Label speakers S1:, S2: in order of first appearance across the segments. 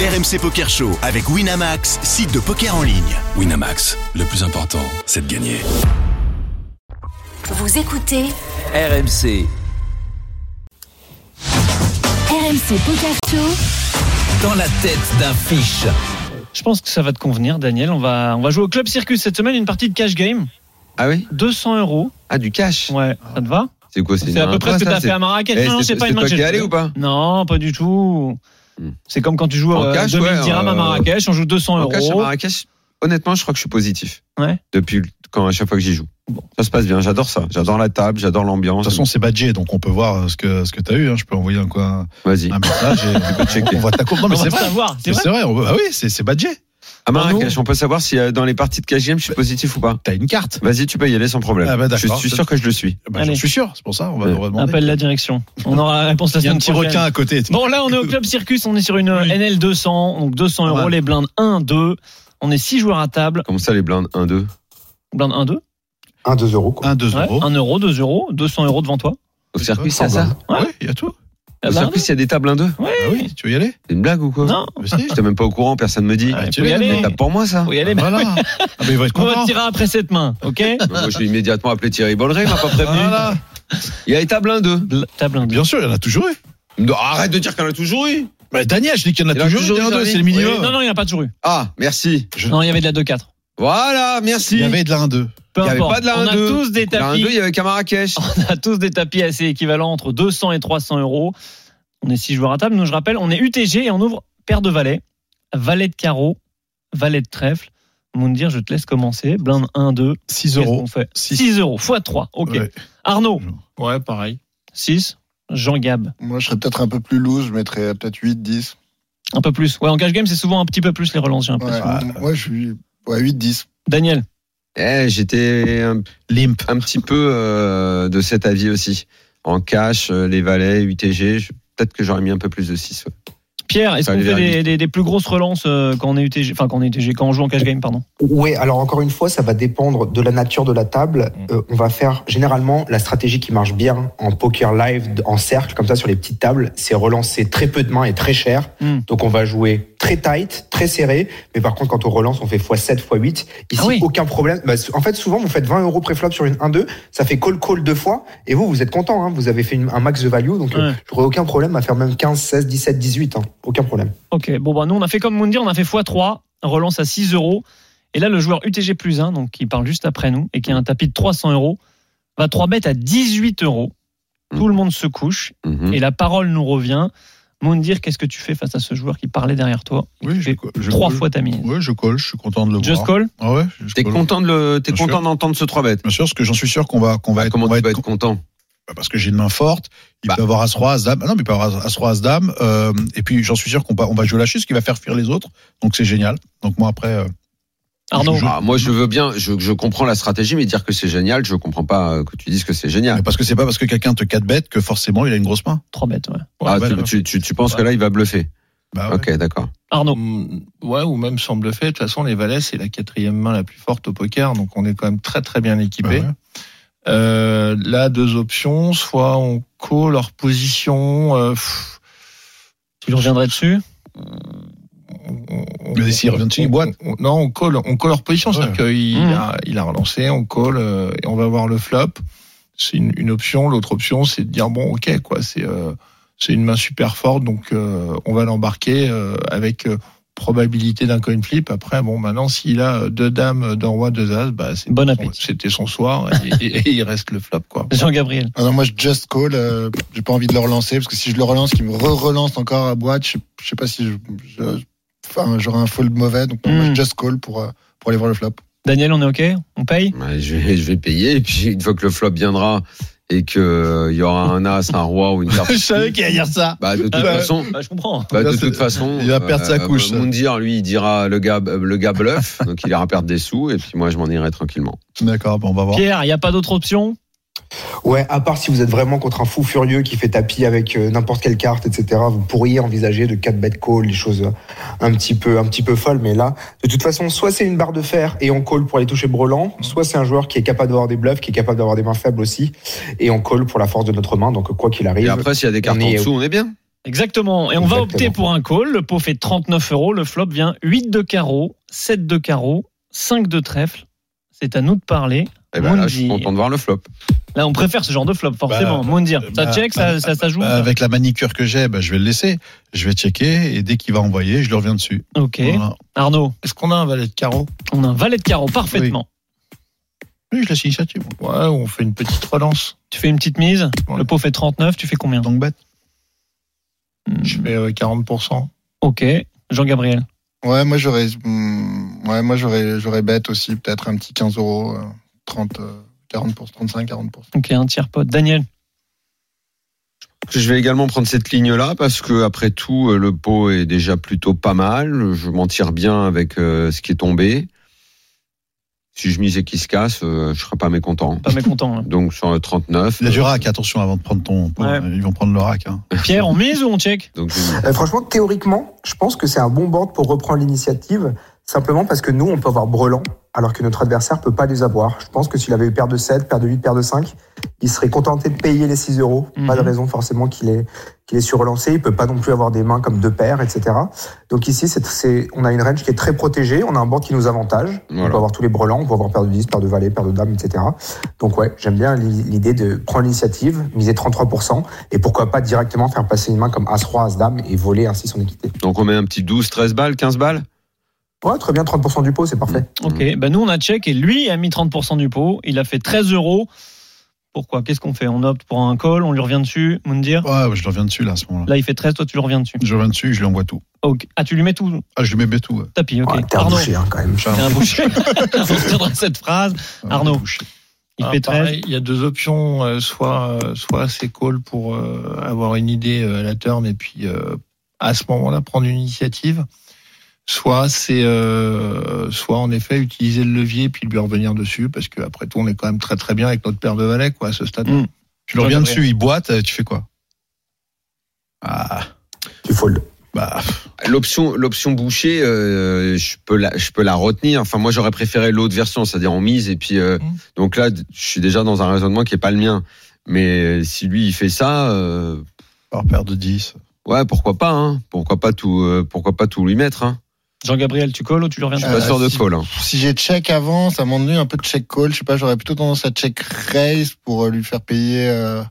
S1: RMC Poker Show avec Winamax, site de poker en ligne.
S2: Winamax, le plus important, c'est de gagner.
S3: Vous écoutez
S4: RMC.
S3: RMC Poker Show.
S4: Dans la tête d'un fiche.
S5: Je pense que ça va te convenir, Daniel. On va, on va jouer au Club Circus cette semaine, une partie de cash game.
S6: Ah oui
S5: 200 euros.
S6: Ah, du cash
S5: Ouais, ça te va
S6: C'est quoi
S5: C'est à peu près ce que t'as fait à Marrakech. non, non, c'est pas une
S6: Eh, toi
S5: match.
S6: qui allé ou pas
S5: Non, pas du tout.
S6: Hmm.
S5: C'est comme quand tu joues
S6: En
S5: euh,
S6: cash,
S5: 2000
S6: ouais,
S5: dirhams à
S6: euh,
S5: Marrakech, on joue 200
S6: En
S5: euros.
S6: cash à Marrakech, honnêtement, je crois que je suis positif.
S5: Ouais.
S6: Depuis le- quand, à chaque fois que j'y joue.
S5: Bon.
S6: Ça se passe bien, j'adore ça. J'adore la table, j'adore l'ambiance.
S7: De toute façon, c'est badgé, donc on peut voir euh, ce que, ce que tu as eu. hein. Je peux envoyer un, quoi,
S6: vas-y.
S7: un message et
S6: peux checker.
S7: on voit ta courbe. Non,
S5: On
S7: mais
S5: va
S7: c'est vrai.
S5: savoir, c'est
S7: Mais
S5: vrai.
S7: C'est vrai, on peut- ah oui, c'est c'est badgé.
S6: À Marrakech, on peut savoir si euh, dans les parties de cash game, je suis positif ou pas.
S7: T'as une carte.
S6: Vas-y, tu peux y aller sans problème.
S7: Ah bah,
S6: je
S7: d'accord.
S6: suis sûr que je le suis.
S7: Bah, j'en
S5: Allez.
S7: suis sûr, c'est pour ça, on va,
S6: Ouais.
S7: on va demander.
S5: Ah, Appelle la direction. On aura la réponse la
S7: Il y a
S5: semaine
S7: un petit
S5: prochaine.
S7: requin à côté.
S5: Bon, là, on est au Club Circus, on est sur une euh, NL 200, donc 200 euros,
S7: Ouais.
S5: les blindes 1, 2. On est 6 joueurs à table.
S6: Comme ça, les blindes 1, 2.
S5: Blindes 1, 2.
S8: 1, 2 euros. Quoi.
S7: 1, 2
S5: Ouais,
S7: euros.
S5: 1 euro, 2 euros, 200 euros devant toi. Ah,
S6: Au circuit,
S7: circuit,
S6: c'est ça
S7: Ah bah, Ouais, il y a tout.
S5: La
S6: Au
S5: blinde
S6: circuit, il y a des tables 1, 2.
S5: Oui.
S7: Ah oui, tu veux y aller
S6: C'est une blague ou quoi
S5: bah Non,
S7: Mais si.
S6: J'étais même pas au courant, personne me dit.
S7: Ah,
S5: faut
S7: tu veux
S5: y
S7: y aller
S5: aller.
S6: Mais t'as pour moi, ça
S5: faut y aller.
S7: Voilà. Ah, mais il va être
S5: On va
S7: content.
S5: tirer après cette main, ok
S6: Moi, je vais immédiatement appeler Thierry Bolleret, il m'a pas prévenu.
S7: Voilà.
S6: Il y a les tables 1, 2.
S5: Bl- T'as blindé.
S7: Bien sûr, il y en a toujours eu.
S6: Arrête de dire qu'on a toujours eu.
S7: Bah, Daniel, je dis qu'il y en a
S6: Il y en a
S7: toujours
S6: toujours
S7: eu. il y en a
S6: eu,
S7: deux,
S6: Daniel.
S7: C'est le
S5: Oui, Eh, Non,
S7: minimum.
S5: non, il n'y a pas toujours eu.
S6: Ah, merci.
S5: Non, il y avait de la 2-4.
S6: Voilà, merci.
S7: Il y avait de la 1, 2.
S5: Peu
S6: Il y avait
S5: importe.
S6: pas de la
S5: on a
S6: 1-2.
S5: tous des
S6: Il y a un 2, il
S5: tapis.
S6: y avait qu'à Marrakech.
S5: On a tous des tapis assez équivalents entre 200 et 300 euros. On est 6 joueurs à table. Nous, je rappelle, on est UTG et on ouvre paire de valets. Valet de carreau, valet de trèfle. Moundir, je te laisse commencer. Blinde 1, 2.
S7: 6
S5: Qu'est-ce
S7: euros.
S5: qu'on fait
S7: Six.
S5: 6 euros, x 3. Ok.
S7: Ouais.
S5: Arnaud,
S9: Ouais, pareil.
S5: 6. Jean Gab,
S8: Moi, je serais peut-être un peu plus loose, je mettrais peut-être 8, 10.
S5: un peu plus. Ouais, en cash game, c'est souvent un petit peu plus les relances, j'ai
S8: Ouais,
S5: l'impression.
S8: Moi, je suis. Ouais, 8, 10.
S5: Daniel,
S6: Eh, j'étais un,
S7: Limp.
S5: Ah,
S6: un petit peu euh, de cet avis aussi. En cash, euh, les valets, UTG, je- peut-être que j'aurais mis un peu plus de 6.
S5: Pierre, est-ce
S6: Allez,
S5: qu'on fait
S6: Verdi.
S5: des, des- des plus grosses relances euh, quand on est UTG, enfin quand on est UTG, quand on joue en cash game, pardon
S10: Oui, alors encore une fois, ça va dépendre de la nature de la table.
S5: Mm.
S10: Euh, on va faire généralement la stratégie qui marche bien en poker live, d- en cercle, comme ça sur les petites tables, c'est relancer très peu de mains et très cher.
S6: Mmh.
S5: Mm.
S10: Donc on va jouer très tight, très serré. Mais par contre, quand on relance, on fait x7, x8. Ici,
S5: Ah oui.
S10: aucun problème. Bah, en fait, souvent, vous faites 20 euros préflop sur une 1-2, ça fait call-call deux fois. Et vous, vous êtes content, hein. vous avez fait une- un max de value. Donc euh,
S5: Ouais.
S10: j'aurais aucun problème à faire même 15, 16, 17, 18. hein. Aucun problème.
S5: Ok, bon bah nous on a fait comme Mundi, on a fait x3, relance à 6 euros. Et là le joueur UTG plus 1, donc qui parle juste après nous et qui a un tapis de 300 euros, va 3 bêtes à 18 euros. Tout le monde se couche
S6: Mm. Mhm.
S5: et la parole nous revient. Mundir, qu'est-ce que tu fais face à ce joueur qui parlait derrière toi
S7: Oui, je
S5: J'ai
S7: co- je
S5: Trois
S7: colle.
S5: fois ta mise.
S7: Ouais, je colle, je suis content de le
S5: Just
S7: voir.
S5: call
S7: Ah ouais, je
S6: T'es
S7: colle.
S6: content de le- t'es
S7: Bien sûr.
S6: content d'entendre ce 3 bêtes
S7: Bien sûr, parce que j'en suis sûr qu'on va, qu'on va être,
S6: Bah, Comment
S7: on va
S6: tu vas
S7: être
S6: être content
S7: Bah, parce que j'ai une main forte. Il
S6: Bah.
S7: peut avoir As-Roi, As-Dame. Ah non, mais il peut avoir As-Roi, As-Dame. Euh, et puis, j'en suis sûr qu'on va, on va jouer la chute, ce qui va faire fuir les autres. Donc, c'est génial. Donc, moi, après, euh,
S5: Arnaud,
S7: Je-
S6: Ah, Moi, je veux bien, je, je comprends la stratégie, mais dire que c'est génial, je comprends pas euh, que tu dises que c'est génial.
S7: parce que c'est pas parce que quelqu'un te 4 bêtes que forcément il a une grosse main.
S5: 3 bêtes, ouais.
S6: Ah,
S7: bah,
S6: tu,
S7: bah.
S6: tu- tu- tu penses que là, il va bluffer
S7: Bah, ouais.
S6: Ok, d'accord.
S5: Arnaud,
S9: Hum, Ouais, ou même sans bluffer. De toute façon, les valets, c'est la quatrième main la plus forte au poker. Donc, on est quand même très, très bien
S7: Bah,
S9: équipé.
S7: ouais.
S9: Euh, là, deux options. Soit on call leur position. euh, pff,
S5: tu lui reviendrais dessus
S9: on- on-
S7: Mais s'il revient dessus, il
S9: on-
S7: boite.
S9: on- Non, on call, on call leur position. C'est-à-dire qu'il
S5: Mhm.
S9: a, il a relancé, on call euh, et on va voir le flop. C'est une, une option. L'autre option, c'est de dire bon, ok, quoi, c'est euh, c'est une main super forte, donc euh, on va l'embarquer euh, avec euh, probabilité d'un coin flip. Après, bon, maintenant, s'il a euh, deux dames, deux rois, deux as, bah, c'est-
S5: Bon appétit.
S9: C'était son soir et, et- et il reste le flop, quoi.
S5: Jean-Gabriel,
S8: Ah non, moi, je just call. euh, j'ai pas envie de le relancer, parce que si je le relance, qu'il me re-relance encore à boîte, je sais- je sais pas si je. je- Enfin, j'aurai un fold mauvais. Donc, non, moi,
S5: Mm.
S8: je just call pour, euh, pour aller voir le flop.
S5: Daniel, on est ok On paye
S6: Ouais, je, vais, je vais payer, et puis une fois que le flop viendra et que euh, il y aura un as, un roi ou une carte.
S7: qu'il allait dire ça.
S6: Bah, de toute
S5: Ah,
S6: façon,
S5: Bah, je comprends.
S6: Bah, de
S7: Là, c'est-
S6: toute façon,
S7: il va perdre sa couche, ça.
S6: Moundir, lui, il dira le gars, euh, le gars bluff, donc il ira perdre des sous, et puis moi, je m'en irai tranquillement.
S7: D'accord, bon, on va voir.
S5: Pierre, il n'y a pas d'autre option
S10: Ouais, à part si vous êtes vraiment contre un fou furieux qui fait tapis avec euh, n'importe quelle carte, etc. Vous pourriez envisager de 4 bet call, des choses euh, un petit peu, un petit peu folles. Mais là, de toute façon, soit c'est une barre de fer et on call pour aller toucher Brelan, soit c'est un joueur qui est capable d'avoir des bluffs, qui est capable d'avoir des mains faibles aussi, et on call pour la force de notre main. Donc quoi qu'il
S6: Et
S10: arrive,
S6: après, s'il y a des cartes
S10: on
S6: en
S10: est-
S6: dessous, on est bien.
S5: Exactement. Et on
S10: Exactement.
S5: va opter pour un call. Le pot fait 39 euros. Le flop vient 8 de carreau, 7 de carreau, 5 de trèfle. C'est à nous de parler.
S6: Eh ben, là, je suis
S5: Mundi.
S6: content de voir le flop.
S5: Là, on préfère ce genre de flop, forcément.
S7: Bah,
S5: Moundir, ça
S7: bah,
S5: check, ça,
S7: bah,
S5: ça, ça joue.
S7: Bah,
S5: ça
S7: avec la manicure que j'ai, bah, je vais le laisser. Je vais checker et dès qu'il va envoyer, je le reviens dessus.
S5: Ok.
S7: bah. Voilà.
S5: Arnaud,
S9: Est-ce qu'on a un valet de carreau
S5: on a un valet de carreau parfaitement.
S7: Oui, je laisse l'initiative.
S9: Ouais, on fait une petite relance.
S5: Tu fais une petite mise.
S9: Ouais.
S5: Le pot fait 39. Tu fais combien
S7: Donc bête.
S5: Hmm,
S9: Je fais euh, 40%.
S5: Ok. Jean-Gabriel.
S8: Ouais, moi j'aurais, hmm, ouais, moi j'aurais, j'aurais bête aussi, peut-être un petit 15 euros, euh, 30, euh, 40 35, 40
S5: Ok, un tiers pote. Daniel.
S6: Je vais également prendre cette ligne-là parce que après tout, euh, le pot est déjà plutôt pas mal. Je m'en tire bien avec euh, ce qui est tombé. Si je mise et qu'il se casse, euh, je serai pas mécontent.
S7: Ah.
S5: Pas mécontent. hein.
S6: Donc sur le 39.
S7: Il y a du
S6: euh,
S7: rack, attention avant de prendre ton.
S5: Ouais.
S7: Ils vont prendre le rack. hein.
S5: Pierre, on mise ou on check
S6: donc, je-
S10: Euh, franchement, théoriquement, je pense que c'est un bon board pour reprendre l'initiative, simplement parce que nous, on peut avoir Brelan, alors que notre adversaire peut pas les avoir. Je pense que s'il avait eu paire de 7, paire de 8, paire de 5, il serait contenté de payer les 6 euros. Pas de
S5: Mhm.
S10: raison forcément qu'il ait, qu'il ait surrelancé. Il peut pas non plus avoir des mains comme deux paires, etc. Donc ici, c'est, c'est- on a une range qui est très protégée. On a un board qui nous avantage. On peut
S6: Voilà.
S10: avoir tous les brelans, on peut avoir paire de 10, paire de valet, paire de dame, etc. Donc ouais, j'aime bien l'i- l'idée de prendre l'initiative, miser 33%, et pourquoi pas directement faire passer une main comme As-Roi, As-Dame, et voler ainsi son équité.
S6: donc, on met un petit 12, 13 balles, 15 balles.
S10: Ouais, très bien, 30% du pot, c'est parfait.
S5: Ok. Bah, nous, on a check et lui a mis 30% du pot. Il a fait 13 euros. Pourquoi Qu'est-ce qu'on fait On opte pour un call, on lui revient dessus. Moundir.
S7: Ouais, je le reviens dessus là à ce moment-là.
S5: Là, il fait 13, toi, tu le reviens dessus.
S7: Je reviens dessus, je lui envoie tout.
S5: Ok. Ah, tu lui mets tout
S7: Ah, je lui mets tout. ouais.
S5: tapis. Ok.
S10: Ouais, T'es un
S5: Arnaud.
S10: boucher, hein, quand même.
S5: T'es un boucher. On se tiendra cette phrase. Arnaud. Il
S9: Ah,
S5: fait 13.
S9: pareil, Il y a deux options, euh, soit, euh, soit c'est call pour euh, avoir une idée euh, à la turn et puis euh, à ce moment-là prendre une initiative, soit c'est euh, soit en effet utiliser le levier puis lui revenir dessus parce que après tout on est quand même très très bien avec notre paire de valets quoi à ce stade.
S5: Mm.
S7: Hmm. Tu le reviens dessus, il boite, euh, tu fais quoi Ah,
S10: Tu fold.
S7: bah.
S6: L'option, l'option bouchée, euh, je peux la, je peux la retenir. Enfin, moi, j'aurais préféré l'autre version, c'est-à-dire on mise et puis euh,
S10: Mmh.
S9: Mm.
S6: donc là, je suis déjà dans un raisonnement qui est pas le mien. Mais euh, si lui il fait ça, euh,
S7: Par paire de 10.
S6: Ouais, pourquoi pas, hein. Pourquoi pas tout, euh, pourquoi pas tout lui mettre, hein.
S5: Jean-Gabriel, tu colles ou tu le reviens
S6: Je
S5: dessus
S6: suis pas
S8: Euh,
S6: sûr de
S8: si-
S6: call, hein.
S8: Si j'ai check avant, ça m'ennuie un peu de check call. Je sais pas, j'aurais plutôt tendance à check raise pour euh, lui faire payer. Euh,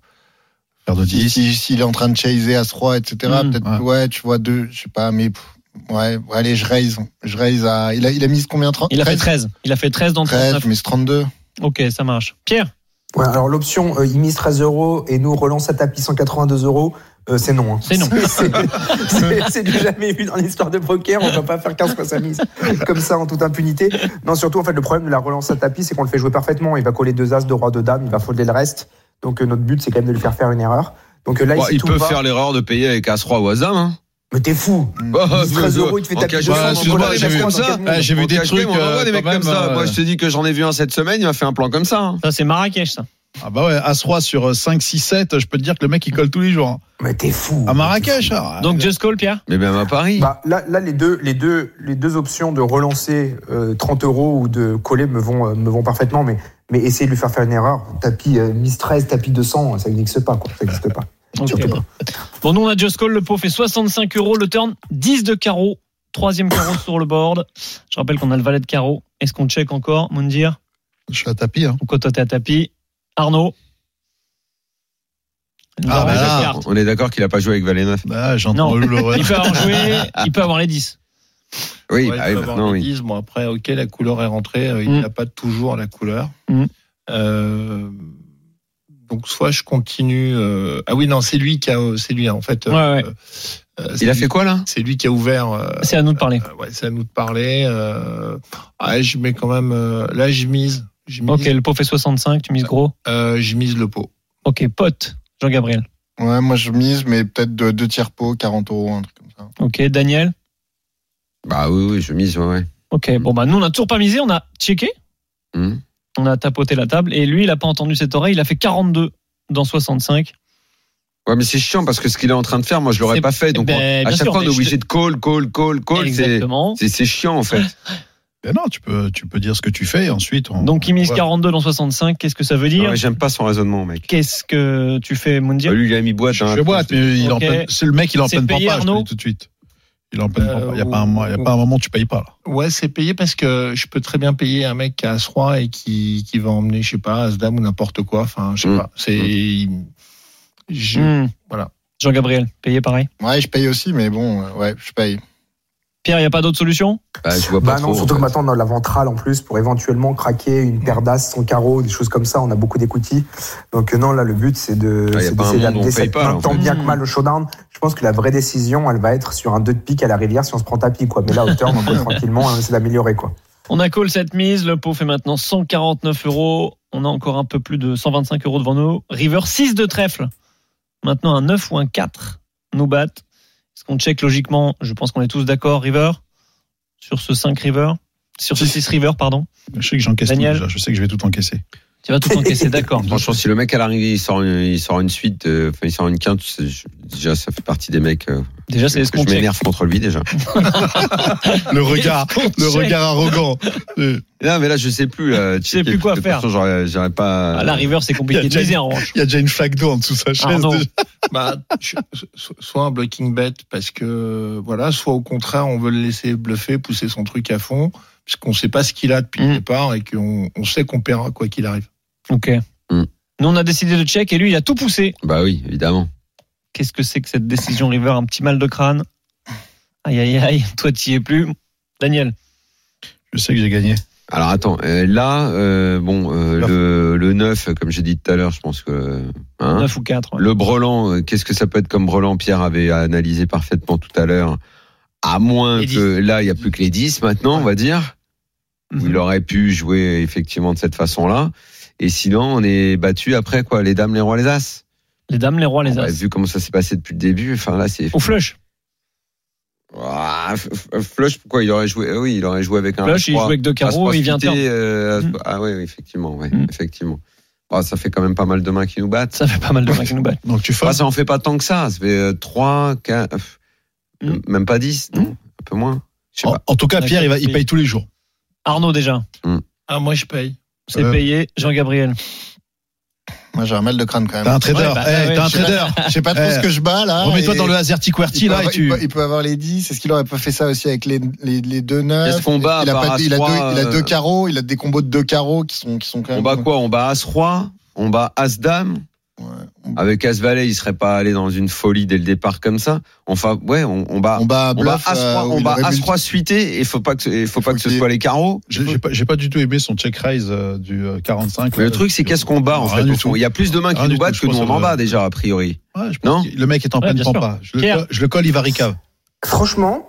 S7: Paire de 10.
S8: si- si- S'il est en train de chaser à 3 etc.
S5: Mm,
S8: Peut-être, ouais. tu vois, deux, je sais pas, mais pff, ouais, ouais, allez, je raise. Je raise à. Il a, il a mis combien 30,
S5: Il a fait 13. Il a fait 13 dans
S8: 13,
S5: 39.
S8: je mise 32.
S5: Ok, ça marche. Pierre,
S10: Ouais, alors l'option euh, il mise 13 euros et nous relance à tapis 182 euros, euh, c'est non. hein.
S5: C'est non.
S10: C'est- c'est- C'est du jamais vu dans l'histoire de poker. On va pas faire 15 fois sa mise comme ça en toute impunité. Non, surtout en fait le problème de la relance à tapis, c'est qu'on le fait jouer parfaitement. Il va coller deux as, deux rois, deux dames, il va folder le reste. Donc euh, notre but c'est quand même de lui faire faire une erreur. Donc euh, là
S6: Bon,
S10: ici,
S6: il
S10: tout
S6: peut
S10: va.
S6: faire l'erreur de payer avec As-Roi ou As-Dame, hein.
S10: Mais t'es fou.
S6: Bah,
S10: 13 Mmh. euros, il te fait
S6: en
S10: tapis
S6: cash
S10: deux
S6: game,
S10: fois,
S6: en
S10: on
S6: Bah, excuse-moi,
S10: voit les
S6: j'ai
S10: mecs
S6: vu
S10: comme
S6: ça.
S10: ça.
S7: Ah, J'ai vu
S6: En
S7: des
S6: cash
S7: trucs.
S6: game, on en voit
S7: euh,
S6: des mecs
S7: quand même,
S6: comme ça.
S7: euh,
S6: Moi, je te dis que j'en ai vu un cette semaine, il m'a fait un plan comme ça. hein.
S5: ça c'est Marrakech, ça.
S7: Ah bah ouais, As-Roi sur 5, 6, 7, je peux te dire que le mec il colle tous les jours. hein.
S10: Mais t'es fou.
S7: À Marrakech ah,
S5: Donc, just call, Pierre
S6: Mais même à Paris.
S10: Bah, là, là, les, deux, les, deux, les deux options de relancer euh, 30 euros ou de coller me vont, euh, me vont parfaitement, mais, mais essayer de lui faire faire une erreur, tapis euh, mise 13, tapis 200, ça n'existe pas, quoi. Ça n'existe pas.
S5: Ok. Bon, nous on a just call. Le pot fait 65 euros. Le turn, 10 de carreau. Troisième carreau sur le board. Je rappelle qu'on a le valet de carreau. Est-ce qu'on check encore, Moundir
S7: Je suis à tapis. Hein.
S5: Ou quand t'es à tapis Arnaud Il nous
S7: Ah,
S5: arrange
S7: bah
S5: la
S7: là.
S5: carte.
S6: On est d'accord qu'il a pas joué avec Valet 9.
S7: Ah, j'entends
S5: Non.
S7: le le-
S5: Il peut avoir joué, il peut avoir les 10.
S6: Oui,
S9: Ouais,
S6: bah
S9: il
S6: oui,
S9: peut avoir
S6: maintenant,
S9: des
S6: oui.
S9: 10. Bon, après, ok, la couleur est rentrée. euh, Il
S5: Mm.
S9: n'a pas toujours la couleur.
S5: Mm.
S9: Euh, donc, soit je continue. euh, Ah oui, non, c'est lui qui a. euh, C'est lui, hein, en fait. euh,
S5: Ouais, ouais.
S9: euh, c'est
S6: Il a
S9: lui-
S6: fait quoi, là?
S9: C'est lui qui a ouvert. euh,
S5: C'est à nous de parler.
S9: euh, ouais, c'est à nous de parler. euh, ah, je mets quand même. euh, là, je mise. Je mise,
S5: Ok, le pot fait 65. Tu mises gros.
S9: euh, je mise le pot.
S5: Ok, pote. Jean-Gabriel.
S8: Ouais, moi je mise, mais peut-être deux, deux tiers pot, 40 euros, un truc comme ça.
S5: Ok, Daniel.
S6: Bah oui, oui, je mise, ouais, ouais.
S5: Ok, bon bah nous on n'a toujours pas misé, on a checké,
S6: Hmm.
S5: on a tapoté la table et lui il a pas entendu cette oreille, il a fait 42 dans 65.
S6: Ouais, mais c'est chiant parce que ce qu'il est en train de faire, moi, je l'aurais
S5: C'est-
S6: pas fait. Donc,
S5: Ben,
S6: on- à
S5: bien
S6: chaque
S5: sûr,
S6: fois, on est
S5: mais je
S6: obligé de call, call, call, call. C'est,
S5: Exactement.
S6: c'est- c'est chiant, en fait.
S7: Ben non, tu peux, tu peux dire ce que tu fais et ensuite. on-
S5: Donc il mise
S7: Ouais.
S5: 42 dans 65, qu'est-ce que ça veut dire
S7: Ah
S6: Ouais, J'aime pas son raisonnement, mec.
S5: Qu'est-ce que tu fais, Moundir
S6: Bah, lui, il a mis boîte. hein.
S7: Je boite, mais il en
S5: Ok.
S7: peine- c'est le mec, il est en
S5: C'est
S7: peine
S5: payé,
S7: pampa, je te le
S5: Arnaud
S7: dis tout de suite. Il est en peine
S9: Euh,
S7: pampa. Il n'y a, pas un
S9: ou-
S7: mois- il y a pas un moment où tu payes pas. Là.
S9: Ouais, c'est payé parce que je peux très bien payer un mec qui a As-Roi et qui, qui va emmener, je sais pas, As-Dame ou n'importe quoi. Enfin, je sais
S6: Mm.
S9: pas. C'est. je-
S5: Hmm.
S9: Voilà.
S5: Jean-Gabriel, payé pareil.
S8: Ouais, je paye aussi, mais bon, euh, ouais, je paye.
S5: Pierre, il n'y a pas d'autre solution
S6: Bah, je vois pas
S10: Bah non,
S6: trop,
S10: surtout
S6: en
S10: que
S6: fait.
S10: maintenant on a la ventrale en plus pour éventuellement craquer une paire d'as sans carreau, des choses comme ça. On a beaucoup d'écoutilles. Donc euh, non, là le but c'est de
S6: Ah, y a
S10: c'est
S6: pas un
S10: d'essayer
S6: monde où on
S10: d'amener
S6: paye
S10: cette
S6: pas,
S10: main
S6: là, en
S10: tant
S5: fait.
S10: bien que
S5: Hmm.
S10: mal au showdown. Je pense que la vraie décision, elle va être sur un 2 de pique à la rivière si on se prend tapis quoi. Mais là à hauteur, on en peut tranquillement hein, c'est d'améliorer quoi.
S5: On a call cette mise, le pot fait maintenant 149 euros. On a encore un peu plus de 125 euros devant nous. River 6 de trèfle. Maintenant un 9 ou un 4 nous battent. Est-ce qu'on check logiquement Je pense qu'on est tous d'accord, River Sur ce 5 River Sur ce 6 River, pardon.
S7: Je sais que j'encaisse tout
S5: Daniel.
S7: déjà. Je sais que je vais tout encaisser.
S5: Tu vas tout encaisser, d'accord.
S6: Franchement, si le mec à l'arrivée il sort une, il sort une suite, euh, enfin il sort une quinte, c'est- je- déjà ça fait partie des mecs. euh,
S5: Déjà, c'est ce
S6: que
S5: qu'on
S6: je
S5: check.
S6: m'énerve contre lui déjà.
S7: Le regard, le
S5: check
S7: regard arrogant. Euh,
S6: Non, mais là je sais plus. euh, Là,
S5: sais plus quoi faire.
S6: J'aurais pas.
S5: Ah, la River, c'est compliqué de
S7: Il y a
S5: miser hein, en revanche.
S7: Il y a déjà une flaque d'eau en dessous de sa chaise.
S5: Arnaud.
S7: déjà.
S9: Bah, je- so- soit un blocking bet parce que voilà, soit au contraire on veut le laisser bluffer, pousser son truc à fond, puisqu'on sait pas ce qu'il a depuis
S5: Mm.
S9: le départ et qu'on on sait qu'on paiera quoi qu'il arrive.
S5: Ok.
S6: Hmm.
S5: Nous, on a décidé de check et lui, il a tout poussé.
S6: Bah oui, évidemment.
S5: Qu'est-ce que c'est que cette décision, River Un petit mal de crâne Aïe, aïe, aïe. Toi, t'y es plus. Daniel,
S7: Je sais que j'ai gagné.
S6: Alors attends, euh, là, euh, bon, euh,
S7: Neuf.
S6: le, le 9, comme j'ai dit tout à l'heure, je pense que. hein,
S5: 9 ou 4.
S6: le brelan, euh, qu'est-ce que ça peut être comme brelan Pierre avait analysé parfaitement tout à l'heure. À moins
S5: Les dix.
S6: que là, il n'y a plus que les 10 maintenant, on va dire.
S5: Mhm.
S6: où il aurait pu jouer effectivement de cette façon-là. Et sinon, on est battu après quoi Les dames, les rois, les as.
S5: Les dames, les rois, les
S6: Ouais,
S5: as.
S6: vu comment ça s'est passé depuis le début, enfin là c'est.
S5: Au flush.
S6: Ah, f- f- flush, pourquoi il aurait joué eh Oui, il aurait joué avec un.
S5: Flush, il joue avec deux carreaux, il vient turn. Mm.
S6: Ah ouais, effectivement, ouais,
S5: Mm.
S6: effectivement. Ah, ça fait quand même pas mal de mains qui nous battent.
S5: Ça fait pas mal de mains qui nous battent.
S7: Donc tu
S6: Ah,
S7: fasses.
S6: ça en fait pas tant que ça. Ça fait euh, 3, 4,
S5: Mm.
S6: même pas 10, non Un peu moins. Je sais
S7: En,
S6: pas.
S7: en tout cas, Pierre, il, va, il paye tous les jours.
S5: Arnaud, déjà,
S9: Ah moi je paye.
S5: c'est
S7: Euh.
S5: payé. Jean-Gabriel.
S8: Moi, j'ai un mal de crâne quand
S7: T'as
S8: même.
S7: un trader.
S5: Ouais, bah,
S7: Eh,
S5: ouais,
S7: t'as un
S5: je
S7: trader.
S8: Je sais pas trop
S7: Eh,
S8: ce que je bats là.
S7: Remets-toi
S8: et-
S7: dans le Azerty
S8: Il
S7: QWERTY
S8: peut,
S7: là et
S8: avoir, il
S7: tu.
S8: peut- il peut avoir les 10. Est-ce qu'il aurait pas fait ça aussi avec les, les, les deux neufs
S6: Qu'est-ce qu'on bat,
S8: il a,
S6: à part
S8: pas- il, a
S6: As-Roi,
S8: deux, il a deux
S6: euh,
S8: carreaux, il a des combos de deux carreaux qui sont, qui sont quand même.
S6: On bat quoi On bat As-Roi, on bat As-Dame.
S8: Ouais.
S6: Avec As-Valet, il serait pas allé dans une folie dès le départ comme ça. Enfin, ouais, on, on bat.
S8: On bat
S6: Ah. On bat
S8: bluff.
S6: As-Roi,
S8: euh, où
S6: on
S8: il
S6: bat
S8: aurait multi-
S6: As-Roi suité, et il faut pas que, et faut pas
S8: faut
S6: que ce
S8: qu'il y ait-
S6: soit les carreaux.
S7: J'ai j'ai pas, j'ai pas du tout aimé son check raise euh, du euh, 45.
S6: Mais
S7: là,
S6: le truc, c'est
S7: du-
S6: qu'est-ce qu'on bat, en
S7: Rien
S6: fait,
S7: du
S6: au fond.
S7: tout.
S6: Il y a plus de mains qui
S7: Rien
S6: nous
S7: du
S6: battent
S7: tout,
S6: que nous,
S7: je pense
S6: on en
S7: que ça
S6: bat,
S7: va-
S6: déjà, a priori.
S7: Ouais, je pense
S6: Non
S7: qu'il- le mec est en
S5: Ouais,
S7: pleine
S5: bien
S7: pampa. Je le,
S5: Pierre.
S7: colle- je le colle, il va ricave.
S10: Franchement,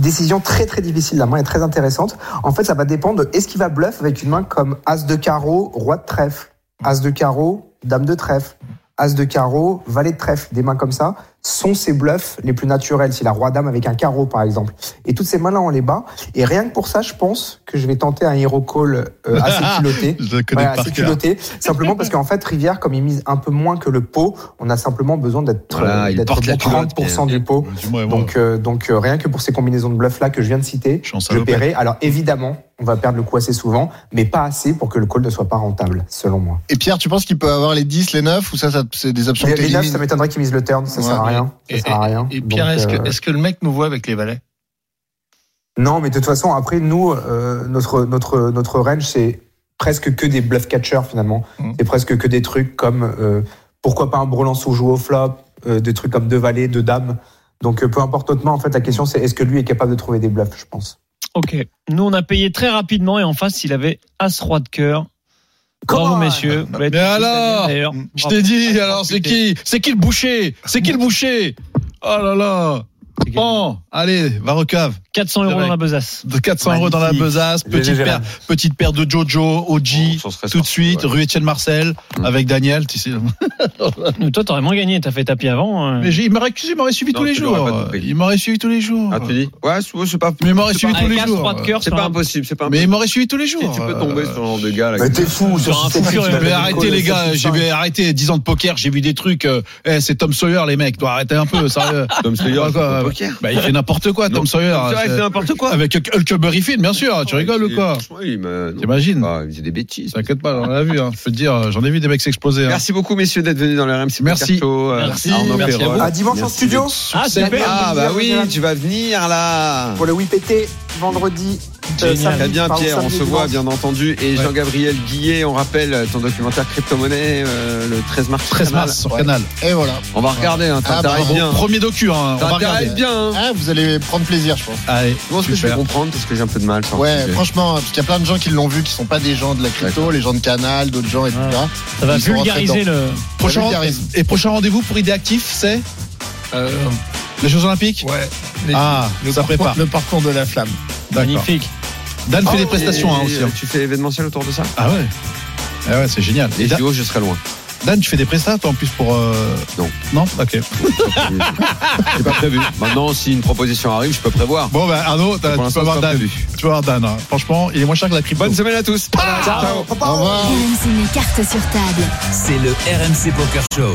S10: décision très très difficile. La main est très intéressante. En fait, ça va dépendre de est-ce qu'il va bluff avec une main comme As de carreau, Roi de trèfle, As de carreau, Dame de trèfle, As de carreau, Valet de trèfle. Des mains comme ça sont ses bluffs les plus naturels. S'il a Roi Dame avec un carreau, par exemple. Et toutes ces mains-là, on les bat. Et rien que pour ça, je pense que je vais tenter un hero call euh, assez culotté.
S7: Je le connais
S10: Voilà,
S7: par
S10: c'est
S7: cœur.
S10: culotté. Simplement parce qu'en fait, Rivière, comme il mise un peu moins que le pot, on a simplement besoin d'être euh,
S6: Voilà, il
S10: d'être
S6: porte la
S10: bon
S6: culotte,
S10: 30% du pot.
S7: Dis-moi,
S9: Ah
S7: moi,
S10: Donc, euh, donc euh, rien que pour ces combinaisons de bluff là que je viens de citer,
S7: je suis en
S10: je
S7: salopette.
S10: paierai. Alors évidemment, on va perdre le coup assez souvent, mais pas assez pour que le call ne soit pas rentable, selon moi.
S8: Et Pierre, tu penses qu'il peut avoir les 10, les 9 ou ça, ça c'est des options
S10: Les,
S8: que
S10: les neufs,
S8: t'élimines
S10: ça m'étonnerait qu'ils misent le turn, ça
S8: Ouais,
S10: sert à
S8: mais-
S10: rien. Ça sert à rien.
S9: Et
S10: Donc,
S9: Pierre, est-ce
S10: euh,
S9: que, est-ce que le mec nous voit avec les valets
S10: Non, mais de toute façon, après, nous, euh, notre, notre, notre range, c'est presque que des bluff catchers, finalement.
S9: Mhm.
S10: C'est presque que des trucs comme euh, pourquoi pas un brelan sous joue au flop, euh, des trucs comme deux valets, deux dames. Donc, euh, peu importe notre main, en fait, la question, c'est est-ce que lui est capable de trouver des bluffs, je pense.
S5: Ok. Nous, on a payé très rapidement et en face, il avait As Roi de cœur. Bravo,
S10: Come on
S5: messieurs. Bah, Vous l'avez
S7: Mais
S5: tous dit,
S7: alors
S5: d'ailleurs.
S7: Je
S5: Bravo.
S7: t'ai dit,
S5: Ah,
S7: alors c'est
S5: putain.
S7: qui C'est qui le boucher C'est qui le boucher Oh là là
S5: C'est gagné.
S7: Bon, allez, va recave.
S5: 400 euros dans la besace.
S7: De 400 euros dans la
S10: Magnifique.
S7: besace, petite
S10: GG,
S7: paire, petite paire de Jojo, OG,
S6: On s'en Oh, serait
S7: tout
S6: sorti,
S7: de suite,
S6: ouais. Hum.
S7: rue Étienne Marcel,
S6: Mm.
S7: avec Daniel. tu sais.
S5: Mais toi, t'aurais moins gagné. T'as fait tapis avant. euh.
S7: Mais j'ai- il m'aurait il m'aurait suivi
S6: Non,
S7: tous les
S6: tu l'aurais pas
S7: jours.
S6: compris.
S7: Il m'aurait suivi tous les jours.
S6: Ah, tu dis Ouais, c'est ouais, c'est pas.
S7: Mais il m'aurait
S6: c'est
S7: suivi
S6: pas-
S7: tous les
S5: Avec As Roi Ah, de
S7: jours.
S5: cœur
S6: C'est
S5: sur
S6: pas
S5: un
S6: impossible, c'est pas
S7: Mais il
S6: impossible.
S7: m'aurait suivi tous les
S6: Tu
S7: jours. Euh,
S6: peux tomber sur ce genre de gars, là.
S10: Mais t'es fou,
S5: Sur
S10: sur
S5: un
S10: ce
S5: fou
S10: système,
S5: furieux.
S10: tu
S7: Mais
S10: m'avais
S7: arrêtez
S10: collé
S7: les gars,
S10: 7,5.
S7: j'ai vu arrêter 10 ans de poker, j'ai vu des trucs. euh, eh, c'est Tom Sawyer les mecs, dois arrêter un peu, sérieux.
S6: Tom Steyer,
S7: Pourquoi,
S6: je peux
S7: euh,
S6: poker.
S7: Bah, il fait n'importe quoi,
S6: Non.
S7: Tom Sawyer.
S6: C'est vrai que c'est
S7: C'est-
S6: n'importe quoi.
S7: Avec Huckleberry Finn, bien sûr. Tu rigoles ou quoi
S6: Oui, mais non,
S7: T'imagines
S6: ah, il faisait des bêtises.
S7: T'inquiète pas, on en a vu. hein. Je peux te dire, j'en ai vu des mecs s'exploser. hein.
S6: Merci beaucoup, messieurs, d'être venus dans le RMC.
S7: Merci.
S6: Mercato, euh,
S5: Merci,
S6: Arnaud
S5: merci à
S6: Perrol.
S5: vous.
S10: À dimanche en
S6: Merci.
S10: studio
S5: Ah, super.
S6: Ah, bah oui, tu vas venir là.
S10: pour le WIPT vendredi. euh,
S5: Génial.
S10: samedi,
S6: Très bien,
S10: pardon,
S6: Pierre, on
S10: samedi,
S6: se voit,
S10: dimanche.
S6: bien entendu. Et
S7: Ouais.
S6: Jean-Gabriel Guillet, on rappelle ton documentaire Crypto-Monnaie euh, le 13 mars. sur
S7: 13
S6: Canal.
S7: mars sur Canal.
S8: Et voilà.
S6: On va regarder, hein,
S8: Ah,
S6: t'intéresses
S8: bravo.
S6: bien.
S7: Premier docu, hein, on va regarder.
S6: T'intéresses bien. Hein.
S8: Ah, vous allez prendre plaisir, je pense.
S7: Allez,
S6: Je pense que je vais
S7: super.
S6: comprendre parce que j'ai un peu de mal. sur le
S8: Ouais,
S6: sujet.
S8: franchement, parce qu'il y a plein de gens qui l'ont vu, qui sont pas des gens de la crypto, les gens de Canal, d'autres gens, etc.
S5: Ça va
S8: Ils sont rentrés
S5: vulgariser le.
S7: Prochain
S8: Salut, Karim.
S7: et prochain rendez-vous pour Idéactif, c'est
S9: Euh,
S7: les Jeux Olympiques
S9: ouais.
S7: Ah,
S9: le
S7: ça prépare.
S8: Le parcours de la flamme.
S7: D'accord.
S5: Magnifique.
S7: Dan fait
S6: Oh,
S7: des prestations
S6: et-
S7: hein, aussi.
S6: et
S7: hein.
S6: Tu fais événementiel autour de ça
S7: Ah ouais Ah ouais, c'est génial. Et
S6: Les
S7: Dan,
S6: duos, je serai loin.
S7: Dan, tu fais des prestats, toi, en plus, pour. euh,
S6: Non.
S7: Non Ok.
S6: J'ai pas prévu. Maintenant, si une proposition arrive, je peux prévoir.
S7: Bon, bah, Arnaud,
S6: Pour
S7: t'as- tu peux
S6: l'instant,
S7: avoir
S6: c'est pas
S7: Dan.
S6: prévu.
S7: Tu peux avoir Dan. hein. Franchement, il est moins cher que la crypto.
S6: Bonne semaine à tous. Ciao.
S8: Au revoir.
S3: RMC met cartes sur table.
S4: C'est le RMC Poker Show.